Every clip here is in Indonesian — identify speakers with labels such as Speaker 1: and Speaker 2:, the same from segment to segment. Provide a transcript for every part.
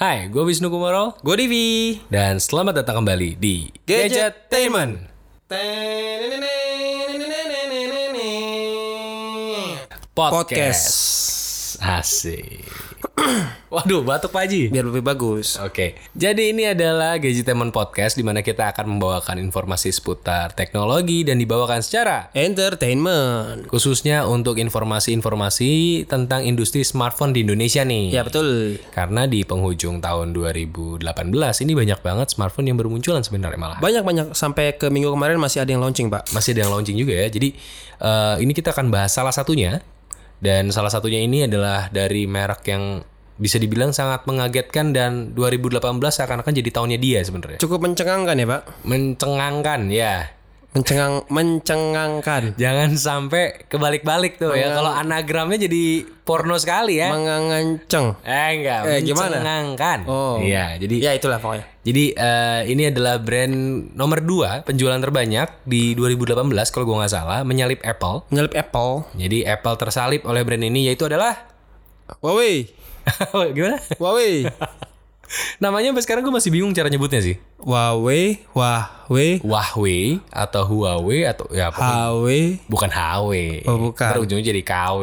Speaker 1: Hai, gue Wisnu Kumoro
Speaker 2: Gue Divi.
Speaker 1: dan selamat datang kembali di Gadgetainment.
Speaker 2: Podcast.
Speaker 1: Podcast. Asik. Waduh, batuk Pak Haji.
Speaker 2: Biar lebih bagus.
Speaker 1: Oke, jadi ini adalah Gadgetainment Podcast di mana kita akan membawakan informasi seputar teknologi dan dibawakan secara
Speaker 2: Entertainment.
Speaker 1: khususnya untuk informasi-informasi tentang industri smartphone di Indonesia nih.
Speaker 2: Ya betul.
Speaker 1: Karena di penghujung tahun 2018 ini banyak banget smartphone yang bermunculan sebenarnya malah.
Speaker 2: Banyak-banyak sampai ke minggu kemarin masih ada yang launching, Pak.
Speaker 1: Masih ada yang launching juga ya. Jadi eh, ini kita akan bahas salah satunya dan salah satunya ini adalah dari merek yang bisa dibilang sangat mengagetkan dan 2018 seakan-akan jadi tahunnya dia sebenarnya.
Speaker 2: Cukup mencengangkan ya, Pak.
Speaker 1: Mencengangkan ya.
Speaker 2: Mencengang mencengangkan.
Speaker 1: Jangan sampai kebalik-balik tuh ya. Kalau anagramnya jadi porno sekali ya.
Speaker 2: Menganganceng.
Speaker 1: eh enggak,
Speaker 2: Eh, gimana?
Speaker 1: mencengangkan.
Speaker 2: Oh.
Speaker 1: Iya, jadi
Speaker 2: Ya itulah pokoknya.
Speaker 1: Jadi eh, ini adalah brand nomor 2 penjualan terbanyak di 2018 kalau gue nggak salah menyalip Apple.
Speaker 2: Menyelip Apple.
Speaker 1: Jadi Apple tersalip oleh brand ini yaitu adalah
Speaker 2: Huawei.
Speaker 1: gimana?
Speaker 2: Huawei.
Speaker 1: Namanya sampai sekarang gue masih bingung cara nyebutnya sih.
Speaker 2: Huawei. Huawei.
Speaker 1: Huawei atau Huawei atau ya apa?
Speaker 2: Huawei.
Speaker 1: bukan HW.
Speaker 2: Oh, bukan.
Speaker 1: Ntar ujungnya jadi KW.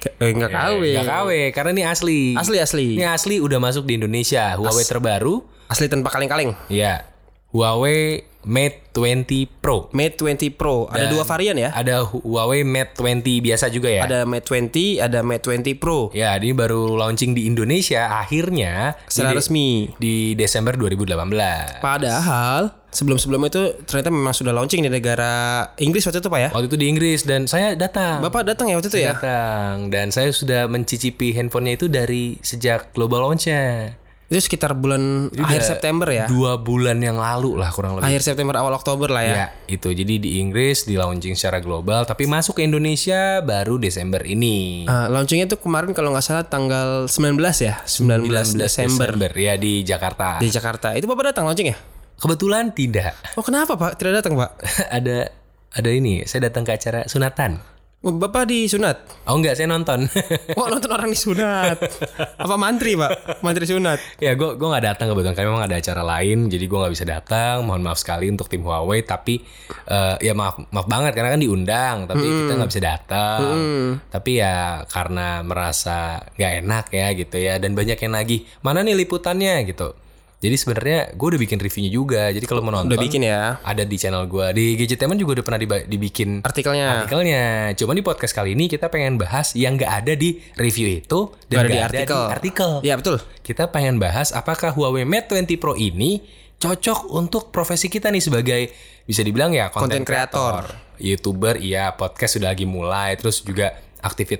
Speaker 2: Ke- Eh,
Speaker 1: Eh,
Speaker 2: enggak KW.
Speaker 1: nggak KW karena ini asli.
Speaker 2: Asli asli.
Speaker 1: Ini asli udah masuk di Indonesia. Huawei terbaru
Speaker 2: Asli tanpa kaleng-kaleng.
Speaker 1: ya. Huawei Mate 20 Pro.
Speaker 2: Mate 20 Pro. Ada dua varian ya.
Speaker 1: Ada Huawei Mate 20 biasa juga ya.
Speaker 2: Ada Mate 20, ada Mate 20 Pro.
Speaker 1: Ya, ini baru launching di Indonesia akhirnya di,
Speaker 2: Secara resmi.
Speaker 1: di Desember 2018.
Speaker 2: Padahal sebelum-sebelumnya itu ternyata memang sudah launching di negara Inggris waktu itu Pak ya.
Speaker 1: Waktu itu di Inggris dan saya datang.
Speaker 2: Bapak datang ya waktu itu
Speaker 1: Iya.
Speaker 2: ya?
Speaker 1: Datang dan saya sudah mencicipi handphonenya itu dari sejak global launchnya.
Speaker 2: Itu sekitar bulan akhir September ya.
Speaker 1: Dua bulan yang lalu lah kurang lebih.
Speaker 2: Akhir September awal Oktober lah ya.
Speaker 1: Ya, itu. Jadi di Inggris di launching secara global tapi masuk ke Indonesia baru Desember ini.
Speaker 2: Eh, launchingnya tuh kemarin kalau nggak salah tanggal 19 ya,
Speaker 1: 19
Speaker 2: 19, Desember
Speaker 1: ya di Jakarta.
Speaker 2: di Jakarta. Itu Bapak datang launching ya?
Speaker 1: Kebetulan tidak.
Speaker 2: Oh, kenapa Pak? Tidak datang, Pak?
Speaker 1: ada ada ini, saya datang ke acara sunatan.
Speaker 2: Oh, Bapak disunat.
Speaker 1: Oh enggak, saya nonton.
Speaker 2: Oh, nonton orang disunat. Apa mantri, Pak? Mantri sunat.
Speaker 1: ya, gue gua nggak datang kebetulan karena memang ada acara lain, jadi gua nggak bisa datang. Mohon maaf sekali untuk tim Huawei, tapi eh, ya maaf maaf banget karena kan diundang, tapi
Speaker 2: Hmm.
Speaker 1: kita nggak bisa datang. Tapi ya karena merasa nggak enak ya gitu ya, dan banyak yang lagi mana nih liputannya gitu. Jadi sebenarnya gue udah bikin reviewnya juga. Jadi kalau mau nonton
Speaker 2: Udah bikin ya
Speaker 1: ada di channel gua di Gadgetemen juga udah pernah diba- dibikin
Speaker 2: artikelnya.
Speaker 1: artikelnya. Cuman di podcast kali ini kita pengen bahas yang nggak ada di review itu
Speaker 2: Nggak
Speaker 1: dan
Speaker 2: ada di
Speaker 1: nggak ada
Speaker 2: artikel.
Speaker 1: di artikel.
Speaker 2: Iya, betul.
Speaker 1: Kita pengen bahas apakah Huawei Mate 20 Pro ini cocok untuk profesi kita nih sebagai bisa dibilang ya konten
Speaker 2: Konten kreator.
Speaker 1: YouTuber iya, podcast sudah lagi mulai, terus juga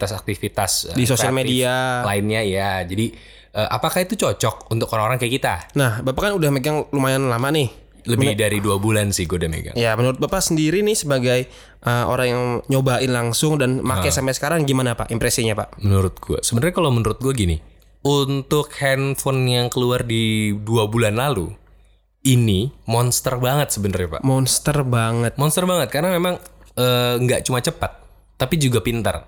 Speaker 1: aktivitas-aktivitas eh,
Speaker 2: Di sosial
Speaker 1: kreatif
Speaker 2: media.
Speaker 1: lainnya ya. Jadi eh, apakah itu cocok untuk orang-orang kayak kita?
Speaker 2: Nah, Bapak kan udah megang lumayan lama nih.
Speaker 1: Lebih dari dua bulan sih gue udah megang.
Speaker 2: Ya, menurut Bapak sendiri nih sebagai uh, orang yang nyobain langsung dan
Speaker 1: Ah.
Speaker 2: make sampai sekarang gimana, Pak? Impresinya, Pak?
Speaker 1: menurut gue sebenarnya kalau menurut gue gini untuk handphone yang keluar di dua bulan lalu ini monster banget sebenarnya pak
Speaker 2: Monster banget.
Speaker 1: monster banget karena memang eh, nggak cuma cepat tapi juga pintar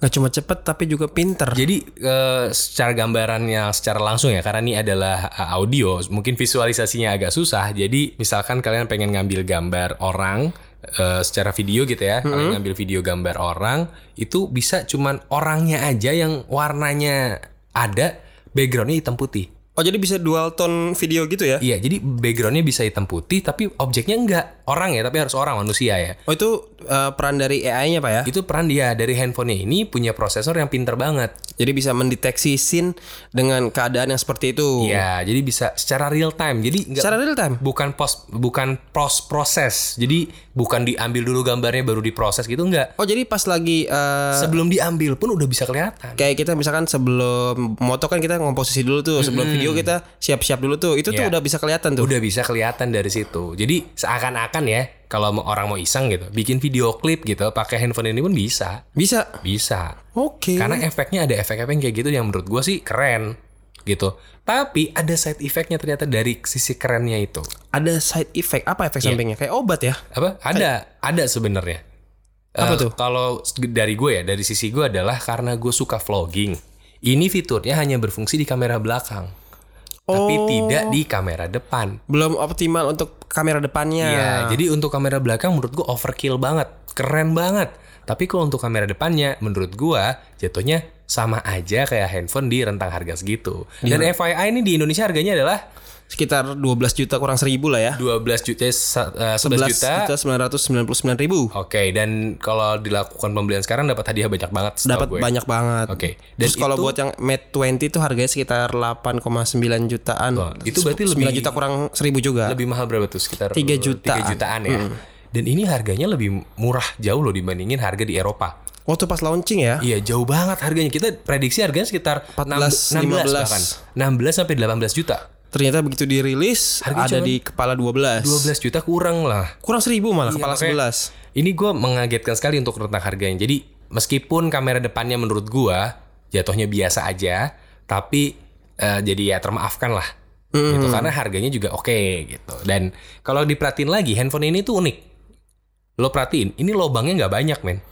Speaker 2: Gak cuma cepet tapi juga pinter.
Speaker 1: jadi eh, secara gambarannya secara langsung ya karena ini adalah eh, audio mungkin visualisasinya agak susah jadi misalkan kalian pengen ngambil gambar orang eh, secara video gitu ya kalian ngambil video gambar orang itu bisa cuman orangnya aja yang warnanya ada backgroundnya hitam putih
Speaker 2: Oh, jadi bisa dual tone video gitu ya?
Speaker 1: iya jadi backgroundnya bisa hitam putih tapi objeknya enggak orang ya tapi harus orang manusia ya
Speaker 2: Oh, itu uh, peran dari AI-nya, Pak ya?
Speaker 1: itu peran dia dari handphonenya ini punya prosesor yang pinter banget
Speaker 2: Jadi bisa mendeteksi scene dengan keadaan yang seperti itu.
Speaker 1: Iya, jadi bisa secara real time. Jadi nggak
Speaker 2: Secara real time.
Speaker 1: bukan pos bukan pros proses. Jadi bukan diambil dulu gambarnya baru diproses gitu enggak.
Speaker 2: Oh, jadi pas lagi uh,
Speaker 1: Sebelum diambil pun udah bisa kelihatan.
Speaker 2: kayak kita misalkan sebelum moto kan kita ngomposisi dulu tuh, sebelum video kita siap-siap dulu tuh. Itu tuh udah bisa kelihatan tuh.
Speaker 1: Udah bisa kelihatan dari situ. Jadi seakan-akan ya kalau mau- orang mau iseng gitu, bikin video klip gitu pakai handphone ini pun bisa.
Speaker 2: Bisa.
Speaker 1: Bisa.
Speaker 2: Oke.
Speaker 1: Karena efeknya ada efek-efek yang kayak gitu yang menurut gue sih keren gitu. Tapi ada side effectnya ternyata dari sisi kerennya itu.
Speaker 2: ada side effect apa efek sampingnya kayak obat ya
Speaker 1: apa ada ada sebenarnya
Speaker 2: Apa
Speaker 1: Eh,
Speaker 2: tuh?
Speaker 1: kalau dari gue ya dari sisi gue adalah karena gue suka vlogging ini fiturnya hanya berfungsi di kamera belakang tapi
Speaker 2: Oh.
Speaker 1: tidak di kamera depan.
Speaker 2: Belum optimal untuk kamera depannya.
Speaker 1: Iya, jadi untuk kamera belakang menurut gua overkill banget, keren banget. Tapi kalau untuk kamera depannya, menurut gua jatuhnya sama aja kayak handphone di rentang harga segitu.
Speaker 2: Iya.
Speaker 1: Dan FYI ini di Indonesia harganya adalah
Speaker 2: Sekitar 12 juta kurang 1000 lah ya.
Speaker 1: 12 juta, eh, sa- eh, 11 juta.
Speaker 2: 999 ribu.
Speaker 1: Oke, dan kalau dilakukan pembelian sekarang dapat hadiah banyak banget. setahu
Speaker 2: Dapat
Speaker 1: gue.
Speaker 2: banyak banget.
Speaker 1: Oh, Oke, dan
Speaker 2: Terus kalau
Speaker 1: itu-
Speaker 2: buat yang Mate 20 itu harganya sekitar 8,9 jutaan.
Speaker 1: Wah, itu berarti
Speaker 2: 9
Speaker 1: lebih-
Speaker 2: juta kurang 1000 juga.
Speaker 1: Lebih mahal berapa tuh? Sekitar
Speaker 2: Tiga
Speaker 1: 3
Speaker 2: jutaan.
Speaker 1: jutaan ya. Dan ini harganya lebih murah jauh loh dibandingin harga di Eropa.
Speaker 2: Waktu pas launching ya.
Speaker 1: Iya jauh banget harganya. Kita prediksi harganya sekitar
Speaker 2: 14,
Speaker 1: 16,
Speaker 2: 15.
Speaker 1: bahkan. 16 sampai 18 juta.
Speaker 2: Ternyata begitu dirilis
Speaker 1: Harganya
Speaker 2: ada
Speaker 1: cuman
Speaker 2: di kepala 12.
Speaker 1: 12 juta kurang lah.
Speaker 2: Kurang 1000 malah kepala
Speaker 1: makanya-
Speaker 2: 11.
Speaker 1: Ini gue mengagetkan sekali untuk rentang harganya. Jadi meskipun kamera depannya menurut gue jatuhnya biasa aja, tapi eh, jadi ya termaafkan lah. Gitu, karena harganya juga oke gitu. Dan kalau diperhatiin lagi, handphone ini tuh unik. Lo perhatiin, ini lobangnya nggak banyak men.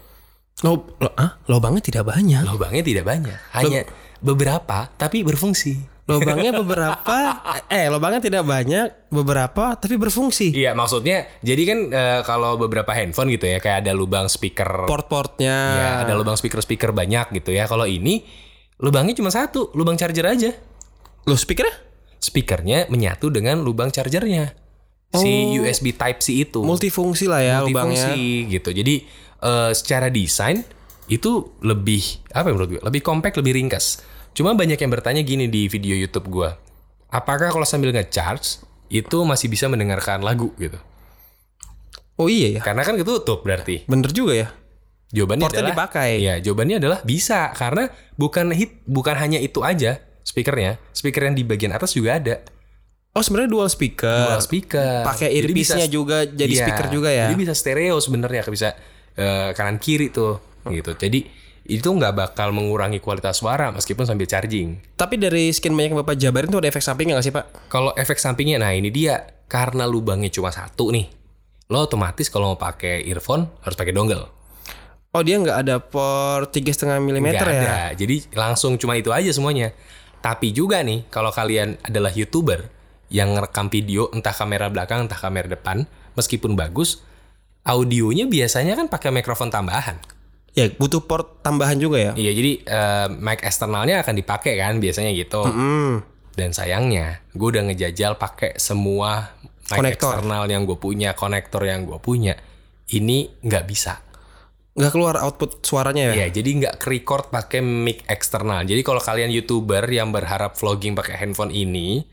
Speaker 2: Lo, lo, ah, lobangnya tidak banyak.
Speaker 1: Lobangnya tidak banyak, hanya beberapa tapi berfungsi.
Speaker 2: Lobangnya beberapa, eh lobangnya tidak banyak, beberapa tapi berfungsi.
Speaker 1: Iya maksudnya jadi kan eh, kalau beberapa handphone gitu ya kayak ada lubang speaker
Speaker 2: Port-portnya.
Speaker 1: ya, ada lubang speaker-speaker banyak gitu ya. Kalau ini lubangnya cuma satu, lubang charger aja.
Speaker 2: Lo speakernya?
Speaker 1: Speakernya menyatu dengan lubang chargernya. Si USB Type C itu.
Speaker 2: Multifungsi lah Oh. ya lubangnya.
Speaker 1: Multifungsi gitu. Jadi eh, secara desain itu lebih apa ya menurut gue? Lebih compact, lebih ringkas. Cuma banyak yang bertanya gini di video YouTube gua. Apakah kalau sambil ngecharge itu masih bisa mendengarkan lagu gitu?
Speaker 2: Oh iya ya,
Speaker 1: Karena kan ketutup berarti.
Speaker 2: bener juga ya.
Speaker 1: Jawabannya
Speaker 2: Portnya
Speaker 1: adalah
Speaker 2: dipakai.
Speaker 1: Iya, jawabannya adalah bisa karena bukan hit bukan hanya itu aja speakernya. Speaker yang di bagian atas juga ada.
Speaker 2: Oh sebenarnya dual speaker.
Speaker 1: Dual speaker.
Speaker 2: Eh, Pakai
Speaker 1: Jadi bisa-
Speaker 2: earpiece-nya juga jadi
Speaker 1: Iya,
Speaker 2: speaker juga ya.
Speaker 1: Jadi bisa stereo sebenarnya bisa eh, kanan kiri tuh gitu. Jadi itu nggak bakal mengurangi kualitas suara meskipun sambil charging.
Speaker 2: Tapi dari skin banyak yang Bapak jabarin tuh ada efek samping nggak sih Pak?
Speaker 1: Kalau efek sampingnya nah ini dia karena lubangnya cuma satu nih. Lo otomatis kalau mau pakai earphone harus pakai dongle.
Speaker 2: Oh dia nggak ada port 3,5 mm
Speaker 1: Nggak
Speaker 2: ya?
Speaker 1: ada. Jadi langsung cuma itu aja semuanya. Tapi juga nih, kalau kalian adalah YouTuber yang ngerekam video entah kamera belakang entah kamera depan, meskipun bagus, audionya biasanya kan pakai mikrofon tambahan.
Speaker 2: Ya butuh port tambahan juga ya?
Speaker 1: Iya, jadi eh, mic eksternalnya akan dipakai kan biasanya gitu.
Speaker 2: Hmm.
Speaker 1: Dan sayangnya, gue udah ngejajal pakai semua mic
Speaker 2: Konektor.
Speaker 1: eksternal yang gue punya, konektor yang gue punya. Ini nggak bisa.
Speaker 2: Nggak keluar output suaranya ya?
Speaker 1: Iya, jadi nggak record pakai mic eksternal. Jadi kalau kalian youtuber yang berharap vlogging pakai handphone ini,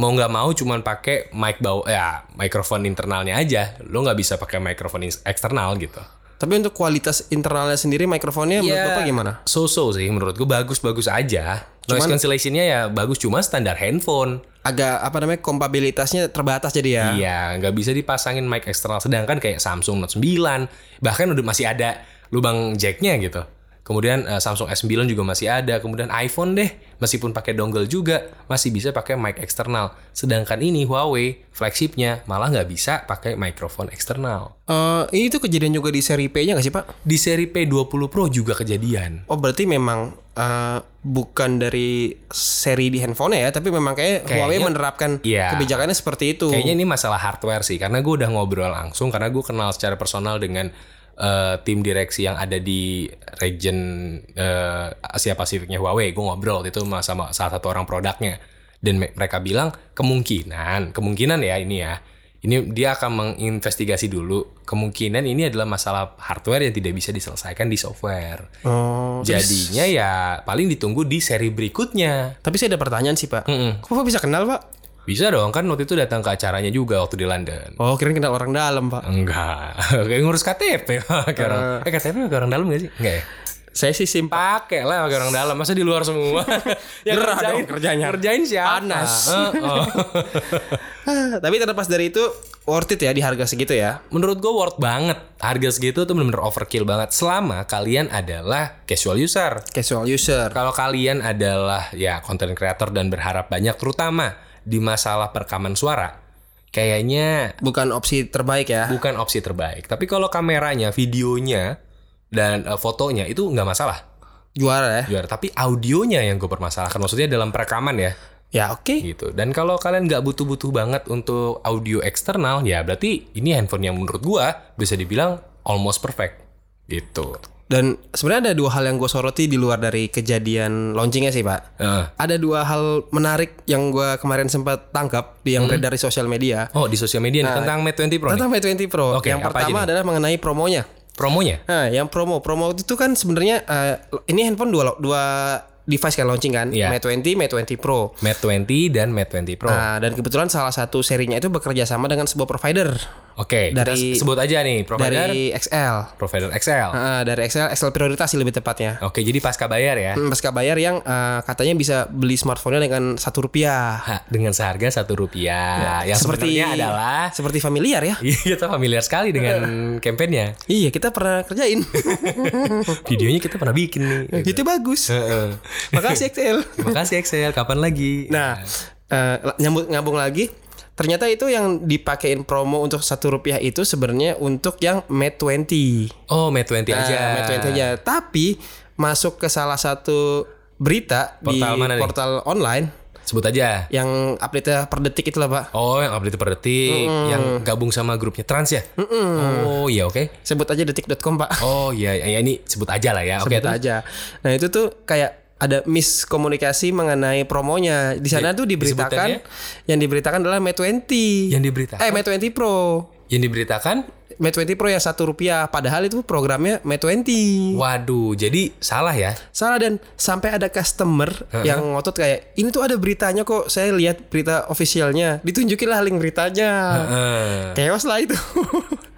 Speaker 1: mau nggak mau cuman pakai mic bawah ya mikrofon internalnya aja. Lo nggak bisa pakai mikrofon in- eksternal gitu.
Speaker 2: Tapi untuk kualitas internalnya sendiri mikrofonnya menurut
Speaker 1: Iya.
Speaker 2: Bapak gimana?
Speaker 1: So-so sih menurut gue bagus-bagus aja. Noise cancellationnya ya bagus cuma standar handphone.
Speaker 2: Agak apa namanya kompabilitasnya terbatas jadi ya?
Speaker 1: Iya, nggak bisa dipasangin mic eksternal. Sedangkan kayak Samsung Note 9, bahkan udah masih ada lubang jacknya gitu. Kemudian eh, Samsung S9 juga masih ada. Kemudian iPhone deh, meskipun pakai dongle juga, masih bisa pakai mic eksternal. Sedangkan ini Huawei flagshipnya malah nggak bisa pakai mikrofon eksternal.
Speaker 2: Eh, ini tuh kejadian juga di seri P-nya nggak sih Pak?
Speaker 1: Di seri P20 Pro juga kejadian.
Speaker 2: Oh berarti memang eh, bukan dari seri di handphone ya, tapi memang kayak
Speaker 1: Kayaknya-
Speaker 2: Huawei menerapkan
Speaker 1: Iya.
Speaker 2: kebijakannya seperti itu.
Speaker 1: Kayaknya ini masalah hardware sih, karena gue udah ngobrol langsung, karena gue kenal secara personal dengan eh, tim direksi yang ada di region eh, Asia Pasifiknya Huawei. Gue ngobrol waktu itu sama, sama salah satu orang produknya, dan me- mereka bilang kemungkinan, kemungkinan ya ini ya, ini dia akan menginvestigasi dulu. Kemungkinan ini adalah masalah hardware yang tidak bisa diselesaikan di software.
Speaker 2: Oh, terus-
Speaker 1: Jadinya ya paling ditunggu di seri berikutnya.
Speaker 2: tapi saya ada pertanyaan sih Pak.
Speaker 1: Mm-mm.
Speaker 2: Kok Bapak bisa kenal Pak?
Speaker 1: Bisa dong kan waktu itu datang ke acaranya juga waktu di London.
Speaker 2: Oh kirain kenal orang dalam Pak.
Speaker 1: Enggak, kayak ngurus KTP pakai orang. Eh KTP pakai orang dalam gak sih? Enggak ya.
Speaker 2: Saya sih simpan.
Speaker 1: Pakai lah pakai orang dalam, masa di luar semua. Yang
Speaker 2: Gerah dong kerjanya.
Speaker 1: Kerjain siapa?
Speaker 2: Panas.
Speaker 1: Eh, oh.
Speaker 2: tapi terlepas dari itu worth it ya di harga segitu ya.
Speaker 1: Menurut gue worth banget. Harga segitu tuh bener-bener overkill banget. Selama kalian adalah casual user.
Speaker 2: Casual user.
Speaker 1: Kalau kalian adalah ya konten creator dan berharap banyak, terutama di masalah perekaman suara, kayaknya
Speaker 2: Bukan opsi terbaik ya.
Speaker 1: bukan opsi terbaik. Tapi kalau kameranya, videonya, dan eh, fotonya itu nggak masalah.
Speaker 2: Juara ya.
Speaker 1: Juara. Tapi audionya yang gue permasalahkan. Maksudnya dalam perekaman ya.
Speaker 2: Ya oke.
Speaker 1: gitu. Dan kalau kalian nggak butuh-butuh banget untuk audio eksternal, ya berarti ini handphone yang menurut gua bisa dibilang almost perfect. Gitu.
Speaker 2: Dan sebenarnya ada dua hal yang gue soroti di luar dari kejadian launchingnya sih pak.
Speaker 1: Heeh.
Speaker 2: Ada dua hal menarik yang gue kemarin sempat tangkap di yang beredar di sosial media
Speaker 1: oh, di sosial media nih tentang Mate 20 Pro. nih.
Speaker 2: Nah, tentang P20 Pro.
Speaker 1: Hmm. Oke,
Speaker 2: yang
Speaker 1: apa aja
Speaker 2: pertama
Speaker 1: nih?
Speaker 2: adalah mengenai promonya.
Speaker 1: Promonya?
Speaker 2: Nah, yang promo promo itu kan sebenarnya eh, ini handphone dua lo- dua device kan launching kan,
Speaker 1: Iya.
Speaker 2: Mate 20, Mate 20 Pro.
Speaker 1: Mate 20 dan Mate 20 Pro.
Speaker 2: Nah, dan kebetulan salah satu serinya itu bekerja sama dengan sebuah provider
Speaker 1: Oke, kita
Speaker 2: dari-
Speaker 1: sebut aja nih provider
Speaker 2: dari XL.
Speaker 1: provider XL.
Speaker 2: Ah, dari XL, XL prioritas sih lebih tepatnya.
Speaker 1: Oke, jadi pasca bayar ya.
Speaker 2: Hmm, Pasca bayar yang eh, katanya bisa beli smartphone-nya dengan satu rupiah.
Speaker 1: Ha, dengan seharga satu rupiah. yang
Speaker 2: Ya, Seperti-
Speaker 1: Ya, sebenarnya adalah
Speaker 2: Seperti familiar ya.
Speaker 1: Iya, kita familiar sekali dengan kampanyenya.
Speaker 2: Iya, kita pernah kerjain.
Speaker 1: Videonya kita pernah bikin nih.
Speaker 2: Itu bagus.
Speaker 1: Heeh.
Speaker 2: Makasih XL.
Speaker 1: Terima kasih Excel, kapan lagi?
Speaker 2: Nah, eh, la- nyambung ngambung lagi. Ternyata itu yang dipakein promo untuk satu rupiah itu sebenarnya untuk yang Mate 20.
Speaker 1: oh Mate 20
Speaker 2: Nah,
Speaker 1: aja.
Speaker 2: Mate 20 aja. Tapi masuk ke salah satu berita
Speaker 1: Portal
Speaker 2: di
Speaker 1: mana nih?
Speaker 2: portal online
Speaker 1: Sebut aja.
Speaker 2: yang update per detik itu lah pak.
Speaker 1: Oh, yang update per detik, yang gabung sama grupnya Trans ya? Oh, iya oke.
Speaker 2: Sebut aja detik.com pak.
Speaker 1: Oh, iya ya, ini sebut aja lah ya. Oke,
Speaker 2: Sebut
Speaker 1: terus
Speaker 2: aja. Nah itu tuh kayak ada miskomunikasi mengenai promonya. Di
Speaker 1: Iya,
Speaker 2: sana tuh diberitakan yang diberitakan adalah Mate 20.
Speaker 1: yang diberitakan
Speaker 2: eh Mate 20 Pro.
Speaker 1: yang diberitakan
Speaker 2: Mate 20 Pro yang satu rupiah padahal itu programnya Mate 20
Speaker 1: waduh, jadi salah ya.
Speaker 2: salah dan sampai ada customer yang ngotot kayak ini tuh ada beritanya kok saya lihat berita officialnya ditunjukin lah link beritanya
Speaker 1: Heeh.
Speaker 2: chaos lah itu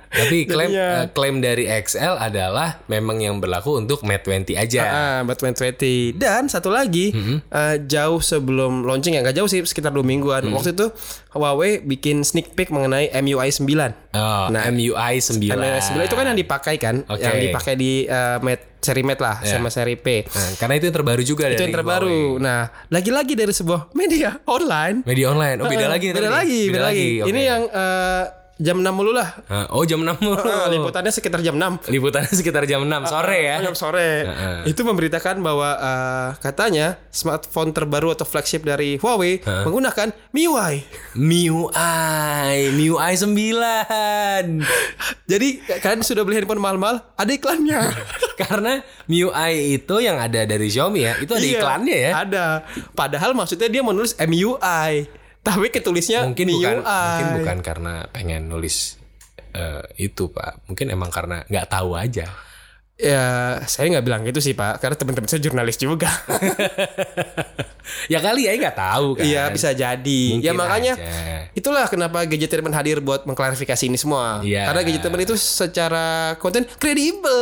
Speaker 1: Tapi klaim
Speaker 2: Jadinya.
Speaker 1: eh, klaim dari XL adalah memang yang berlaku untuk Mate 20 aja.
Speaker 2: Ah, buat Mate 20 dan satu lagi
Speaker 1: Mhm.
Speaker 2: eh, jauh sebelum launching ya nggak jauh sih sekitar dua mingguan
Speaker 1: Mhm.
Speaker 2: waktu itu Huawei bikin sneak peek mengenai MIUI 9
Speaker 1: Oh,
Speaker 2: Nah,
Speaker 1: MUI 9.
Speaker 2: MIUI 9 itu kan yang dipakai kan
Speaker 1: Oke.
Speaker 2: yang dipakai di eh, Mate seri Mate lah sama seri P
Speaker 1: Nah, karena itu yang terbaru juga
Speaker 2: itu
Speaker 1: dari
Speaker 2: yang terbaru.
Speaker 1: Huawei.
Speaker 2: Nah, lagi-lagi dari sebuah media online. Eh,
Speaker 1: Media online. Oh, beda lagi nih
Speaker 2: Beda
Speaker 1: tadi.
Speaker 2: lagi, beda lagi.
Speaker 1: oke.
Speaker 2: Ini yang eh, jam 6 mulu lah.
Speaker 1: Ah, Oh, jam 6.
Speaker 2: Eh, liputannya sekitar jam 6.
Speaker 1: Liputannya sekitar jam 6 sore ya.
Speaker 2: Jam sore. Itu memberitakan bahwa eh, katanya smartphone terbaru atau flagship dari Huawei menggunakan MIUI.
Speaker 1: MIUI, MIUI 9.
Speaker 2: Jadi kalian sudah beli handphone mahal-mahal, ada iklannya.
Speaker 1: Karena MIUI itu yang ada dari Xiaomi ya, itu ada
Speaker 2: Iya,
Speaker 1: iklannya ya.
Speaker 2: Ada. Padahal maksudnya dia menulis MIUI. Tapi ketulisnya
Speaker 1: Mungkin
Speaker 2: MIUI.
Speaker 1: bukan mungkin bukan karena pengen nulis eh, itu, Pak. Mungkin emang karena nggak tahu aja.
Speaker 2: Ya, saya nggak bilang gitu sih, Pak. Karena teman-teman saya jurnalis juga.
Speaker 1: Ya kali ya nggak tahu kan.
Speaker 2: Iya bisa jadi. ya
Speaker 1: Mungkin
Speaker 2: makanya
Speaker 1: aja.
Speaker 2: itulah kenapa Gadgeteerman hadir buat mengklarifikasi ini semua.
Speaker 1: Iya.
Speaker 2: Karena Gadgeteerman itu secara konten kredibel.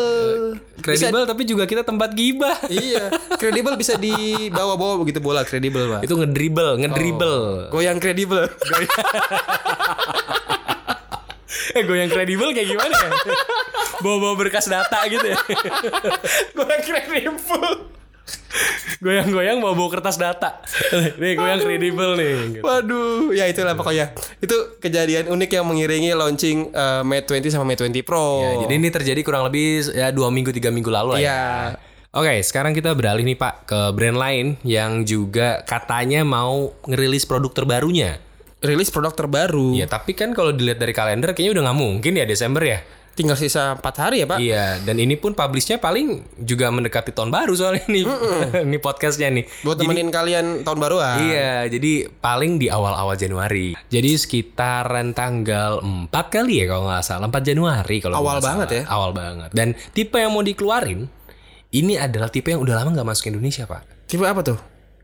Speaker 2: Bisa-
Speaker 1: Eh, Kredibel tapi juga kita tempat gibah.
Speaker 2: iya, kredibel bisa dibawa-bawa begitu bola kredibel, Pak.
Speaker 1: Itu ngedribel, ngedribel.
Speaker 2: Goyang kredibel.
Speaker 1: Eh goyang kredibel kayak gimana ya? Bawa-bawa berkas data gitu ya.
Speaker 2: Goyang kredibel.
Speaker 1: Goyang-goyang bawa-bawa kertas data. Nih goyang kredibel nih.
Speaker 2: Waduh, ya itulah
Speaker 1: Gitu.
Speaker 2: pokoknya. Itu kejadian unik yang mengiringi launching eh, Mate 20 sama Mate 20 Pro.
Speaker 1: Ya, jadi ini terjadi kurang lebih ya 2 minggu 3 minggu lalu lah ya.
Speaker 2: Iya.
Speaker 1: Oke, sekarang kita beralih nih Pak ke brand lain yang juga katanya mau ngerilis produk terbarunya.
Speaker 2: Rilis produk terbaru.
Speaker 1: Ya, tapi kan kalau dilihat dari kalender kayaknya udah nggak mungkin ya Desember ya.
Speaker 2: Tinggal sisa 4 hari ya, Pak.
Speaker 1: Iya, dan ini pun publishnya paling juga mendekati tahun baru soalnya nih. ini podcastnya nih.
Speaker 2: Buat temenin kalian tahun ah. baruan.
Speaker 1: Iya, jadi paling di awal-awal Januari. Jadi sekitaran tanggal 4 kali ya kalau nggak salah, 4 Januari kalau
Speaker 2: Awal
Speaker 1: nggak salah.
Speaker 2: banget ya.
Speaker 1: Awal banget. Dan tipe yang mau dikeluarin ini adalah tipe yang udah lama nggak masuk Indonesia, Pak.
Speaker 2: Tipe apa tuh?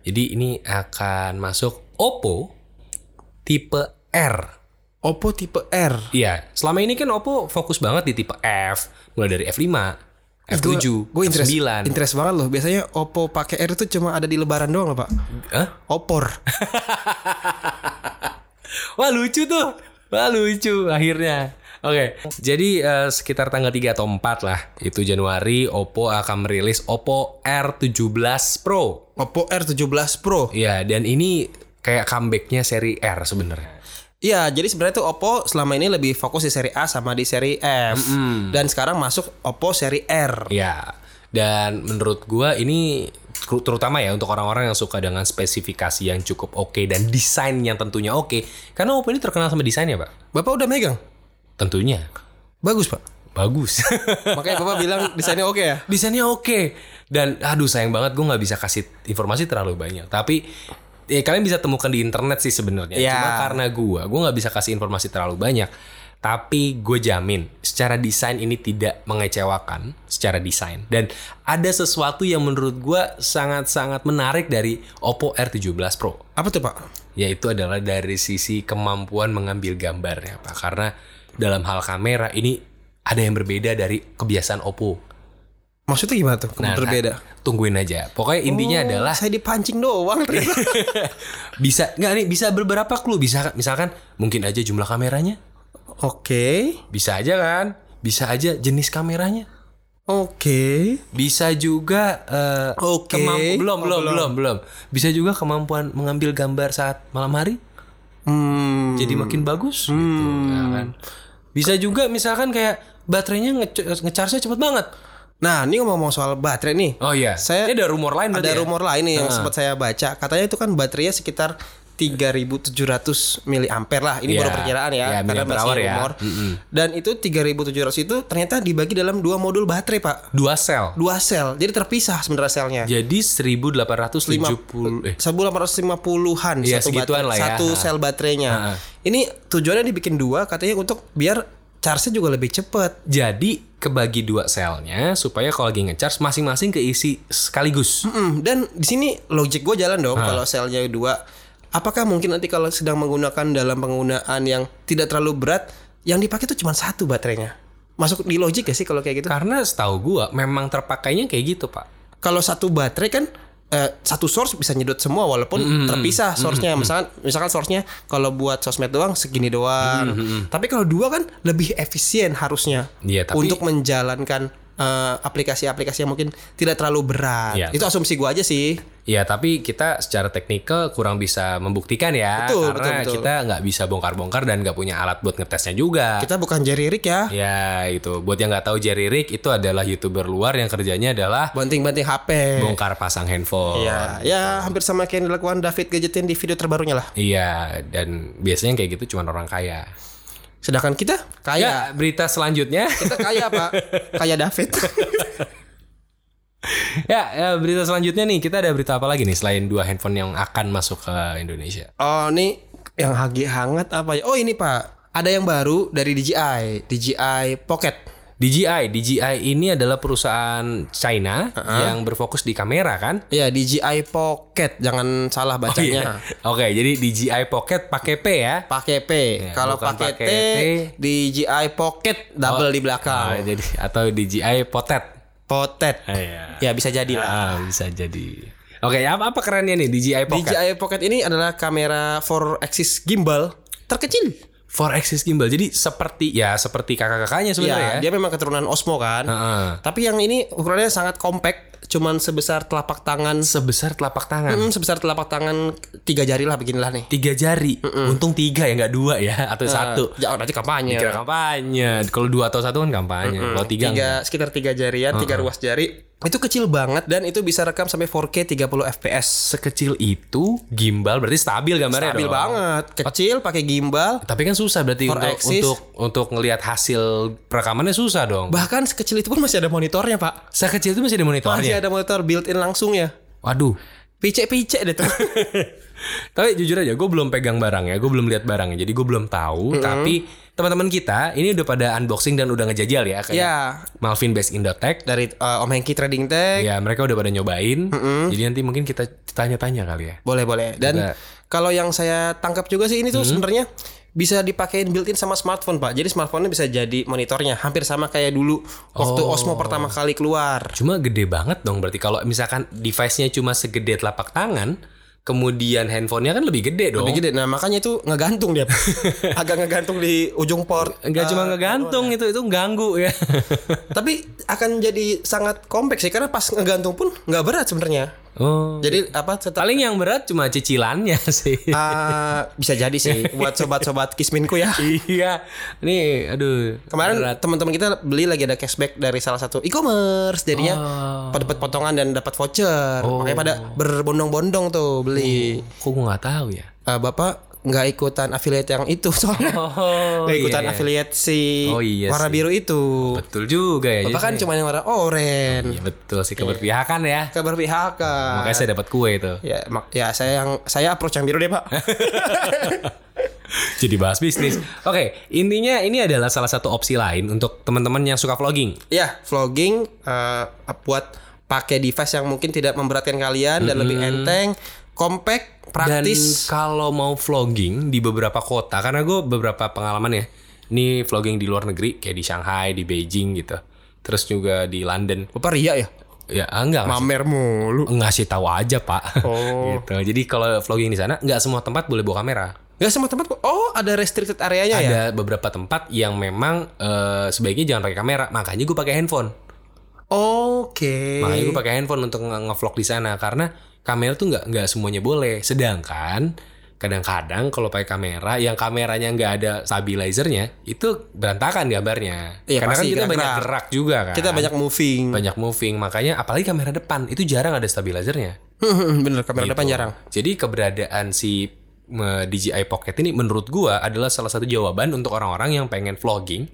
Speaker 1: Jadi ini akan masuk Oppo tipe R.
Speaker 2: Oppo tipe R.
Speaker 1: Iya, selama ini kan Oppo fokus banget di tipe F, mulai dari F5, F7,
Speaker 2: Gue interest,
Speaker 1: F9.
Speaker 2: interest banget loh. Biasanya Oppo pakai R itu cuma ada di lebaran doang loh, Pak.
Speaker 1: Hah?
Speaker 2: Opor.
Speaker 1: Wah lucu tuh. Wah lucu akhirnya. Oke, jadi eh, sekitar tanggal 3 atau 4 lah itu Januari Oppo akan merilis Oppo R17 Pro.
Speaker 2: Oppo R17 Pro.
Speaker 1: Iya, dan ini kayak comebacknya seri R sebenarnya.
Speaker 2: Iya, jadi sebenarnya tuh Oppo selama ini lebih fokus di seri A sama di seri F. Dan sekarang masuk Oppo seri R.
Speaker 1: Iya. Dan menurut gua ini Ku- terutama ya untuk orang-orang yang suka dengan spesifikasi yang cukup oke dan desain yang tentunya oke. Karena Oppo ini terkenal sama desainnya, Pak.
Speaker 2: Bapak udah megang?
Speaker 1: Tentunya
Speaker 2: Bagus, Pak.
Speaker 1: bagus.
Speaker 2: Makanya Bapak bilang desainnya oke ya?
Speaker 1: desainnya oke dan aduh sayang banget gue nggak bisa kasih informasi terlalu banyak tapi ya kalian bisa temukan di internet sih sebenarnya
Speaker 2: Ya.
Speaker 1: cuma karena gue gue nggak bisa kasih informasi terlalu banyak tapi gue jamin secara desain ini tidak mengecewakan secara desain dan ada sesuatu yang menurut gue sangat-sangat menarik dari Oppo R17 Pro
Speaker 2: Apa tuh, Pak?
Speaker 1: yaitu adalah dari sisi kemampuan mengambil gambarnya pak karena dalam hal kamera ini ada yang berbeda dari kebiasaan Oppo
Speaker 2: Maksudnya gimana tuh?
Speaker 1: Nah,
Speaker 2: berbeda.
Speaker 1: nah, tungguin aja. Pokoknya intinya
Speaker 2: Oh.
Speaker 1: adalah
Speaker 2: saya dipancing doang ternyata.
Speaker 1: bisa nggak nih bisa beberapa clue bisa misalkan mungkin aja jumlah kameranya,
Speaker 2: Oke.
Speaker 1: bisa aja kan, bisa aja jenis kameranya,
Speaker 2: Oke.
Speaker 1: bisa juga eh,
Speaker 2: Oke.
Speaker 1: kemamp- belum belum
Speaker 2: Oh, belum.
Speaker 1: belum belum bisa juga kemampuan mengambil gambar saat malam hari
Speaker 2: Hmm.
Speaker 1: jadi makin bagus gitu ya kan. Bisa juga misalkan kayak baterainya nge- ngecharge-nya cepet banget.
Speaker 2: Nah, ini ngomong-ngomong soal baterai nih.
Speaker 1: Oh iya,
Speaker 2: Saya-
Speaker 1: ini ada rumor lain
Speaker 2: Ada
Speaker 1: berarti ya?
Speaker 2: rumor lain nih yang sempat saya baca. Katanya itu kan baterainya sekitar 3700 miliampere lah. Ini
Speaker 1: Iya.
Speaker 2: baru perkiraan ya,
Speaker 1: Iya,
Speaker 2: karena
Speaker 1: miliampere
Speaker 2: masih
Speaker 1: hour ya.
Speaker 2: rumor. Dan itu 3700 itu ternyata dibagi dalam dua modul baterai, Pak.
Speaker 1: dua sel.
Speaker 2: Dua sel. Jadi terpisah sebenarnya selnya.
Speaker 1: Jadi 1870 Iya, eh
Speaker 2: 1850-an
Speaker 1: Iya,
Speaker 2: satu
Speaker 1: segituan
Speaker 2: baterai-
Speaker 1: lah ya.
Speaker 2: satu
Speaker 1: Ha.
Speaker 2: sel baterainya.
Speaker 1: Ha.
Speaker 2: Ini tujuannya dibikin dua katanya untuk biar charge-nya juga lebih cepat.
Speaker 1: Jadi kebagi dua selnya supaya kalau lagi ngecharge masing-masing keisi sekaligus.
Speaker 2: Mm, dan di sini logic gue jalan dong
Speaker 1: Ah.
Speaker 2: kalau selnya dua. Apakah mungkin nanti kalau sedang menggunakan dalam penggunaan yang tidak terlalu berat, yang dipakai tuh cuma satu baterainya? Masuk di logik gak sih kalau kayak gitu?
Speaker 1: Karena setahu gua memang terpakainya kayak gitu, Pak.
Speaker 2: Kalau satu baterai kan eh, satu source bisa nyedot semua walaupun terpisah source-nya. Misalkan misalkan source-nya kalau buat sosmed doang segini doang. Tapi kalau dua kan lebih efisien harusnya.
Speaker 1: Iya, tapi-
Speaker 2: untuk menjalankan eh, aplikasi-aplikasi yang mungkin tidak terlalu berat.
Speaker 1: Iya.
Speaker 2: Itu asumsi gua aja sih.
Speaker 1: Ya, tapi kita secara teknikal kurang bisa membuktikan ya,
Speaker 2: Betul,
Speaker 1: karena
Speaker 2: betul, betul.
Speaker 1: kita nggak bisa bongkar-bongkar dan nggak punya alat buat ngetesnya juga.
Speaker 2: Kita bukan Jerry Rick ya.
Speaker 1: Ya, itu. Buat yang nggak tahu Jerry Rick itu adalah youtuber luar yang kerjanya adalah
Speaker 2: Banting-banting HP.
Speaker 1: bongkar pasang handphone.
Speaker 2: Ya, ya hampir sama kayak yang dilakukan David Gadgetin di video terbarunya lah.
Speaker 1: Iya, dan biasanya yang kayak gitu cuma orang kaya.
Speaker 2: Sedangkan kita kaya.
Speaker 1: Ya, berita selanjutnya.
Speaker 2: Kita kaya, Pak. Kaya David.
Speaker 1: Ya, ya, berita selanjutnya nih kita ada berita apa lagi nih selain dua handphone yang akan masuk ke Indonesia?
Speaker 2: Oh ini yang lagi hangat apa ya? Oh ini pak, ada yang baru dari DJI, DJI Pocket.
Speaker 1: DJI, DJI ini adalah perusahaan China yang berfokus di kamera kan?
Speaker 2: Ya DJI Pocket, jangan salah
Speaker 1: Oh,
Speaker 2: bacanya.
Speaker 1: Oke, jadi DJI Pocket pakai P ya.
Speaker 2: Pakai P, kalau
Speaker 1: bukan
Speaker 2: pakai T,
Speaker 1: pakai T.
Speaker 2: DJI Pocket double di belakang.
Speaker 1: Ah, jadi atau DJI Potet.
Speaker 2: Pocket.
Speaker 1: Iya.
Speaker 2: Ya bisa jadi lah.
Speaker 1: Ah, bisa jadi. Oke, apa apa kerennya nih DJI Pocket?
Speaker 2: DJI Pocket ini adalah kamera 4 axis gimbal terkecil.
Speaker 1: Four axis gimbal. Jadi seperti ya seperti kakak-kakaknya
Speaker 2: Ya,
Speaker 1: sebenarnya ya.
Speaker 2: dia memang keturunan Osmo kan.
Speaker 1: Heeh.
Speaker 2: Tapi yang ini ukurannya sangat compact, cuman sebesar telapak tangan.
Speaker 1: Sebesar telapak tangan.
Speaker 2: Hmm, sebesar telapak tangan tiga jari lah beginilah nih.
Speaker 1: Tiga jari. Untung tiga ya nggak dua ya atau satu.
Speaker 2: Ya, nanti kampanye.
Speaker 1: Kira kampanye. Kalau dua atau satu kan kampanye. Kalau tiga,
Speaker 2: tiga sekitar tiga jarian, tiga ruas jari. Itu kecil banget dan itu bisa rekam sampai 4K 30 FPS.
Speaker 1: sekecil itu gimbal berarti stabil gambarnya Iya
Speaker 2: Stabil
Speaker 1: dong.
Speaker 2: banget, kecil pakai gimbal.
Speaker 1: Tapi kan susah berarti
Speaker 2: For
Speaker 1: untuk,
Speaker 2: axis.
Speaker 1: untuk untuk ngelihat hasil rekamannya susah dong.
Speaker 2: Bahkan sekecil itu pun masih ada monitornya, Pak.
Speaker 1: Sekecil itu masih ada
Speaker 2: Masih
Speaker 1: monitornya.
Speaker 2: ada monitor built-in langsung ya.
Speaker 1: Waduh.
Speaker 2: Picek-picek deh tuh.
Speaker 1: Tapi jujur aja gue belum pegang barangnya, gue belum lihat barangnya. Jadi gue belum tahu, tapi teman-teman kita ini udah pada unboxing dan udah ngejajal ya kayak
Speaker 2: ya,
Speaker 1: Malvin Base Indotech.
Speaker 2: dari uh, Om Hengki Trading Tech.
Speaker 1: Ya, mereka udah pada nyobain. Jadi nanti mungkin kita tanya-tanya kali ya.
Speaker 2: Boleh, boleh. Dan
Speaker 1: Juga.
Speaker 2: kalau yang saya tangkap juga sih ini tuh sebenarnya bisa dipakein built-in sama smartphone, Pak. Jadi smartphone-nya bisa jadi monitornya hampir sama kayak dulu waktu Osmo pertama kali keluar.
Speaker 1: Cuma gede banget dong berarti kalau misalkan device-nya cuma segede telapak tangan, kemudian handphonenya kan lebih gede dong.
Speaker 2: Lebih gede. Nah makanya itu ngegantung dia. Agak ngegantung di ujung port.
Speaker 1: Enggak cuma ngegantung itu itu ganggu ya.
Speaker 2: Tapi akan jadi sangat kompleks sih karena pas ngegantung pun nggak berat sebenarnya.
Speaker 1: Oh.
Speaker 2: Jadi apa tetap
Speaker 1: Paling yang berat cuma cicilannya sih.
Speaker 2: Ah, bisa jadi sih buat sobat-sobat kisminku ya.
Speaker 1: iya. Nih, aduh.
Speaker 2: Kemarin teman-teman kita beli lagi ada cashback dari salah satu e-commerce jadinya
Speaker 1: Oh.
Speaker 2: dapat potongan dan dapat voucher. Makanya pada berbondong-bondong tuh beli.
Speaker 1: Kok gue nggak tahu ya.
Speaker 2: Ah, Bapak nggak ikutan affiliate yang itu soalnya.
Speaker 1: Oh,
Speaker 2: Nggak ikutan
Speaker 1: iya, iya.
Speaker 2: affiliate si
Speaker 1: Oh, iya
Speaker 2: warna
Speaker 1: sih.
Speaker 2: biru itu.
Speaker 1: Betul juga ya.
Speaker 2: Bapak kan
Speaker 1: Jadi-
Speaker 2: cuma yang warna oranye.
Speaker 1: Iya, betul sih keberpihakan ya.
Speaker 2: Keberpihakan.
Speaker 1: Makanya saya dapat kue itu.
Speaker 2: Ya, mak ya saya yang saya approach yang biru deh, Pak.
Speaker 1: Jadi bahas bisnis. Oke, intinya ini adalah salah satu opsi lain untuk teman-teman yang suka vlogging.
Speaker 2: ya vlogging eh, buat pakai device yang mungkin tidak memberatkan kalian dan lebih enteng, compact,
Speaker 1: Dan
Speaker 2: praktis.
Speaker 1: kalau mau vlogging di beberapa kota, karena gue beberapa pengalaman ya, ini vlogging di luar negeri kayak di Shanghai, di Beijing gitu, terus juga di London.
Speaker 2: Bapak ria ya?
Speaker 1: Ya ah, enggak ngasih,
Speaker 2: Pamer mulu.
Speaker 1: ngasih tahu aja pak.
Speaker 2: Oh.
Speaker 1: gitu. Jadi kalau vlogging di sana nggak semua tempat boleh bawa kamera.
Speaker 2: Gak semua tempat kok. Oh, ada restricted areanya ya?
Speaker 1: Ada beberapa tempat yang memang eh, sebaiknya jangan pakai kamera. Makanya gue pakai handphone.
Speaker 2: Oke.
Speaker 1: Makanya gue pakai handphone untuk nge- ngevlog di sana karena kamera tuh nggak nggak semuanya boleh. Sedangkan kadang-kadang kalau pakai kamera yang kameranya nggak ada stabilizernya itu berantakan gambarnya.
Speaker 2: Iya,
Speaker 1: karena kan
Speaker 2: pasti,
Speaker 1: kita
Speaker 2: gerak-gerak.
Speaker 1: banyak gerak juga kan.
Speaker 2: Kita banyak moving.
Speaker 1: banyak moving makanya apalagi kamera depan itu jarang ada stabilizernya.
Speaker 2: Bener, kamera depan
Speaker 1: Gitu.
Speaker 2: jarang.
Speaker 1: Jadi keberadaan si eh, DJI Pocket ini menurut gua adalah salah satu jawaban untuk orang-orang yang pengen vlogging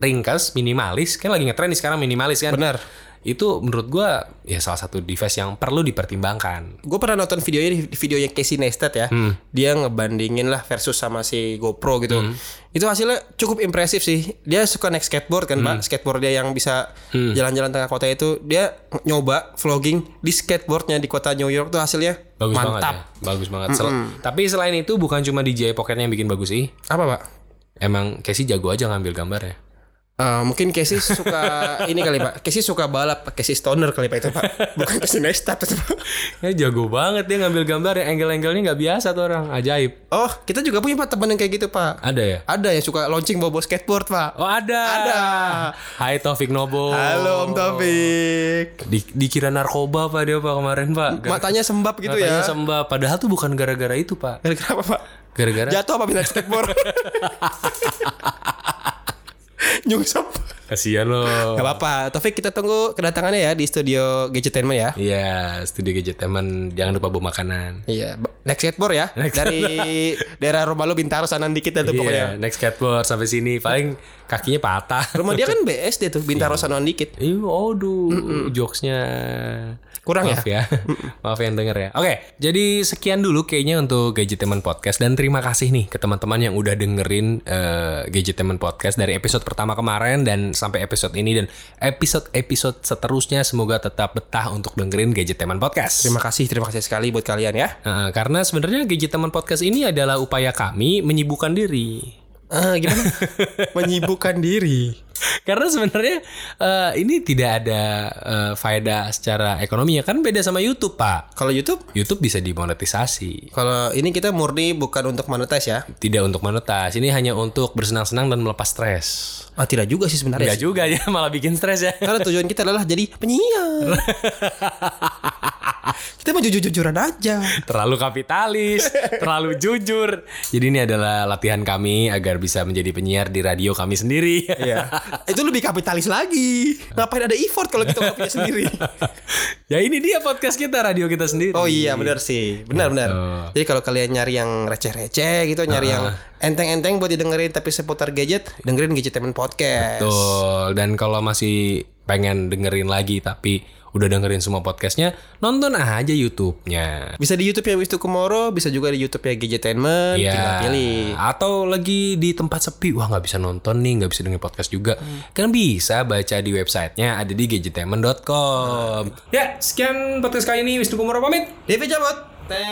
Speaker 1: ringkas, minimalis. Kan lagi ngetren nih sekarang minimalis kan.
Speaker 2: Bener.
Speaker 1: Itu menurut gua ya salah satu device yang perlu dipertimbangkan.
Speaker 2: Gue pernah nonton videonya di videonya Casey Neistat ya. Dia ngebandingin lah versus sama si GoPro gitu. Itu hasilnya cukup impresif sih. Dia suka naik skateboard kan, Pak. Skateboard dia yang bisa jalan-jalan tengah kota itu, dia nyoba vlogging di skateboardnya di kota New York tuh hasilnya
Speaker 1: Bagus banget
Speaker 2: mantap.
Speaker 1: ya. Bagus banget. Sel- Tapi selain itu bukan cuma DJI Pocket yang bikin bagus sih.
Speaker 2: Apa, Pak?
Speaker 1: Emang Casey jago aja ngambil ya. gambarnya.
Speaker 2: Eh, mungkin Casey suka ini kali Pak. Casey suka balap, Casey stoner kali Pak itu Pak. Bukan Casey Neistat itu Pak.
Speaker 1: Ya jago banget dia ngambil gambar ya angle-angle-nya nggak biasa tuh orang, ajaib.
Speaker 2: Oh, kita juga punya Pak teman yang kayak gitu Pak.
Speaker 1: Ada ya?
Speaker 2: Ada yang suka launching bawa-bawa skateboard Pak.
Speaker 1: Oh ada.
Speaker 2: Ada.
Speaker 1: Hai Taufik Nobo.
Speaker 2: Halo Om Taufik.
Speaker 1: Di, dikira narkoba pak dia pak kemarin pak Gara-
Speaker 2: Matanya sembab gitu
Speaker 1: katanya
Speaker 2: ya.
Speaker 1: sembah padahal tuh bukan gara-gara itu pak
Speaker 2: Gara-gara apa, Pak?
Speaker 1: gara-gara
Speaker 2: Jatuh apa pindah skateboard? Nyungsep.
Speaker 1: kasihan loh
Speaker 2: Gak apa-apa. Taufik kita tunggu kedatangannya ya di studio Gadgetainment ya.
Speaker 1: iya studio gadget teman jangan lupa bawa makanan
Speaker 2: Iya, ba- next skateboard ya. Dari daerah rumah lu Bintaro sana dikit ya tuh
Speaker 1: iya
Speaker 2: pokoknya.
Speaker 1: next skateboard sampai sini paling kakinya patah
Speaker 2: Rumah dia kan BSD tuh, Bintaro sana dikit.
Speaker 1: Ih, aduh, jokesnya
Speaker 2: Kurang
Speaker 1: Maaf ya, maaf yang denger ya. Oke, jadi sekian dulu kayaknya untuk Gadgetemen Podcast dan terima kasih nih ke teman-teman yang udah dengerin eh, Gadgetemen Podcast dari episode pertama kemarin dan sampai episode ini dan episode-episode seterusnya semoga tetap betah untuk dengerin Gadgetemen Podcast.
Speaker 2: Terima kasih, terima kasih sekali buat kalian ya.
Speaker 1: Nah, karena sebenarnya Gadgetemen Podcast ini adalah upaya kami menyibukkan diri.
Speaker 2: Eh, gimana? Menyibukkan diri.
Speaker 1: Karena sebenarnya eh, ini tidak ada eh, faedah secara ekonomi ya kan beda sama YouTube pak.
Speaker 2: Kalau YouTube,
Speaker 1: YouTube bisa dimonetisasi,
Speaker 2: kalau ini kita murni bukan untuk monetize ya.
Speaker 1: tidak untuk monetas. Ini hanya untuk bersenang-senang dan melepas stres.
Speaker 2: Ah, tidak juga sih sebenarnya.
Speaker 1: Tidak juga ya, malah bikin stres ya.
Speaker 2: Karena tujuan kita adalah jadi penyiar. kita mau jujur-jujuran aja.
Speaker 1: Terlalu kapitalis, terlalu jujur. Jadi ini adalah latihan kami agar bisa menjadi penyiar di radio kami sendiri.
Speaker 2: Iya. Itu lebih kapitalis lagi. Ngapain ada effort kalau kita nggak punya sendiri?
Speaker 1: ya ini dia podcast kita, radio kita sendiri.
Speaker 2: Oh iya benar sih, benar-benar. Jadi kalau kalian nyari yang receh-receh gitu, nyari yang enteng-enteng buat didengerin tapi seputar gadget, dengerin Gadgetainment Podcast.
Speaker 1: Betul. Dan kalau masih pengen dengerin lagi tapi udah dengerin semua podcastnya, nonton aja YouTube-nya.
Speaker 2: Bisa di YouTube ya Wish to Tomorrow, bisa juga di YouTube ya Gadgetainment, tinggal
Speaker 1: Iya.
Speaker 2: pilih.
Speaker 1: Atau lagi di tempat sepi, wah nggak bisa nonton nih, nggak bisa dengerin podcast juga.
Speaker 2: Hmm.
Speaker 1: Kan bisa baca di websitenya ada di gadgetemen.com.
Speaker 2: Nah,
Speaker 1: Ya, sekian podcast kali ini. Wisnu Kumoro pamit.
Speaker 2: Devi Jabot.